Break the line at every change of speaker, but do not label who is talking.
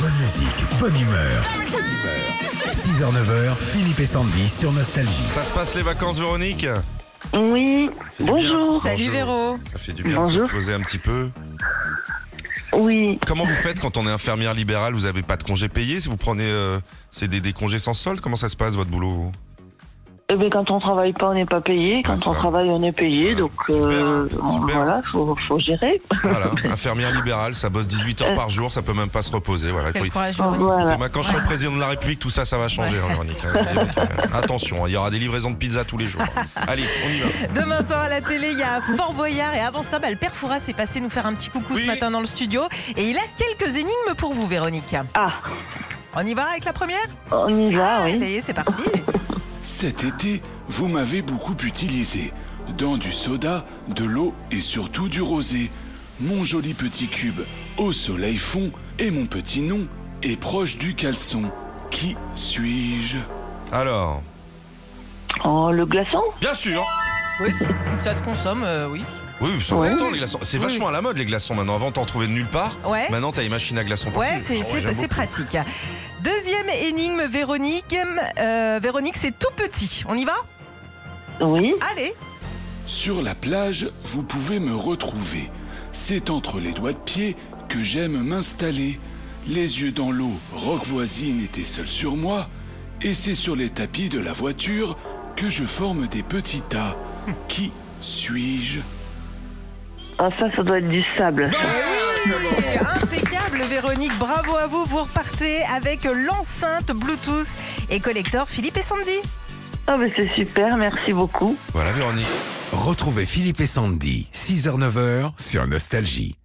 Bonne musique, bonne humeur. 6h, 9h, Philippe et Sandy sur Nostalgie.
Ça se passe les vacances, Véronique
Oui, bonjour.
Salut Véro. Ça fait du bien de
Bonjour.
se poser un petit peu.
Oui,
Comment vous faites quand on est infirmière libérale Vous avez pas de congé payé Si vous prenez euh, c'est des, des congés sans solde Comment ça se passe votre boulot vous
eh ben, quand on travaille pas, on n'est pas payé.
Ah,
Quand
tu
on
vois.
travaille, on est payé.
Ouais,
Donc
super,
euh,
super.
on- voilà, faut, faut gérer.
Voilà, infirmière libérale, ça bosse 18 heures par jour, ça peut même pas se reposer. Voilà, il faut
Quel
y-
courage, Véronique.
voilà.
Écoutez, moi, quand je suis président de la République, tout ça, ça va changer, hein, Véronique. hein, je vous dis, donc, euh, attention, il y aura des livraisons de pizza tous les jours. Allez, on y va.
Demain soir à la télé, il y a Fort Boyard. Et avant ça, bah, le père Fouras est passé nous faire un petit coucou
Oui.
ce matin dans le studio. Et il a quelques énigmes pour vous, Véronique.
Ah,
On y va avec la première
on y va, Ah oui.
Ah, Allez, c'est parti.
Cet été, vous m'avez beaucoup utilisé. Dans du soda, de l'eau et surtout du rosé. Mon joli petit cube, au soleil fond, et mon petit nom est proche du caleçon. Qui suis-je
Alors,
Oh, le glaçon
bien sûr.
Oui, ça se consomme, euh, oui.
Oui, mais ça
Ouais.
longtemps, les glaçons. C'est vachement à la mode les glaçons maintenant. Avant, t'en trouvais de nulle part.
Ouais.
Maintenant, t'as les machines à glaçons. partout.
Ouais, c'est
Ah
c'est-
j'aime
c'est pratique. Deuxième énigme, Véronique. Euh, Véronique, c'est tout petit. On y va
Oui.
Allez.
Sur la plage, vous pouvez me retrouver. C'est entre les doigts de pied que j'aime m'installer. Les yeux dans l'eau, Rock voisine était seul sur moi. Et c'est sur les tapis de la voiture que je forme des petits tas. Qui suis-je
Ah, ça, ça doit être du sable. ça.
Impeccable, Véronique. Bravo à vous. Vous repartez avec l'enceinte Bluetooth et collector Philippe et Sandy.
Ah, mais c'est super, merci beaucoup.
Voilà, Véronique.
Retrouvez Philippe et Sandy, 6h, 9h sur Nostalgie.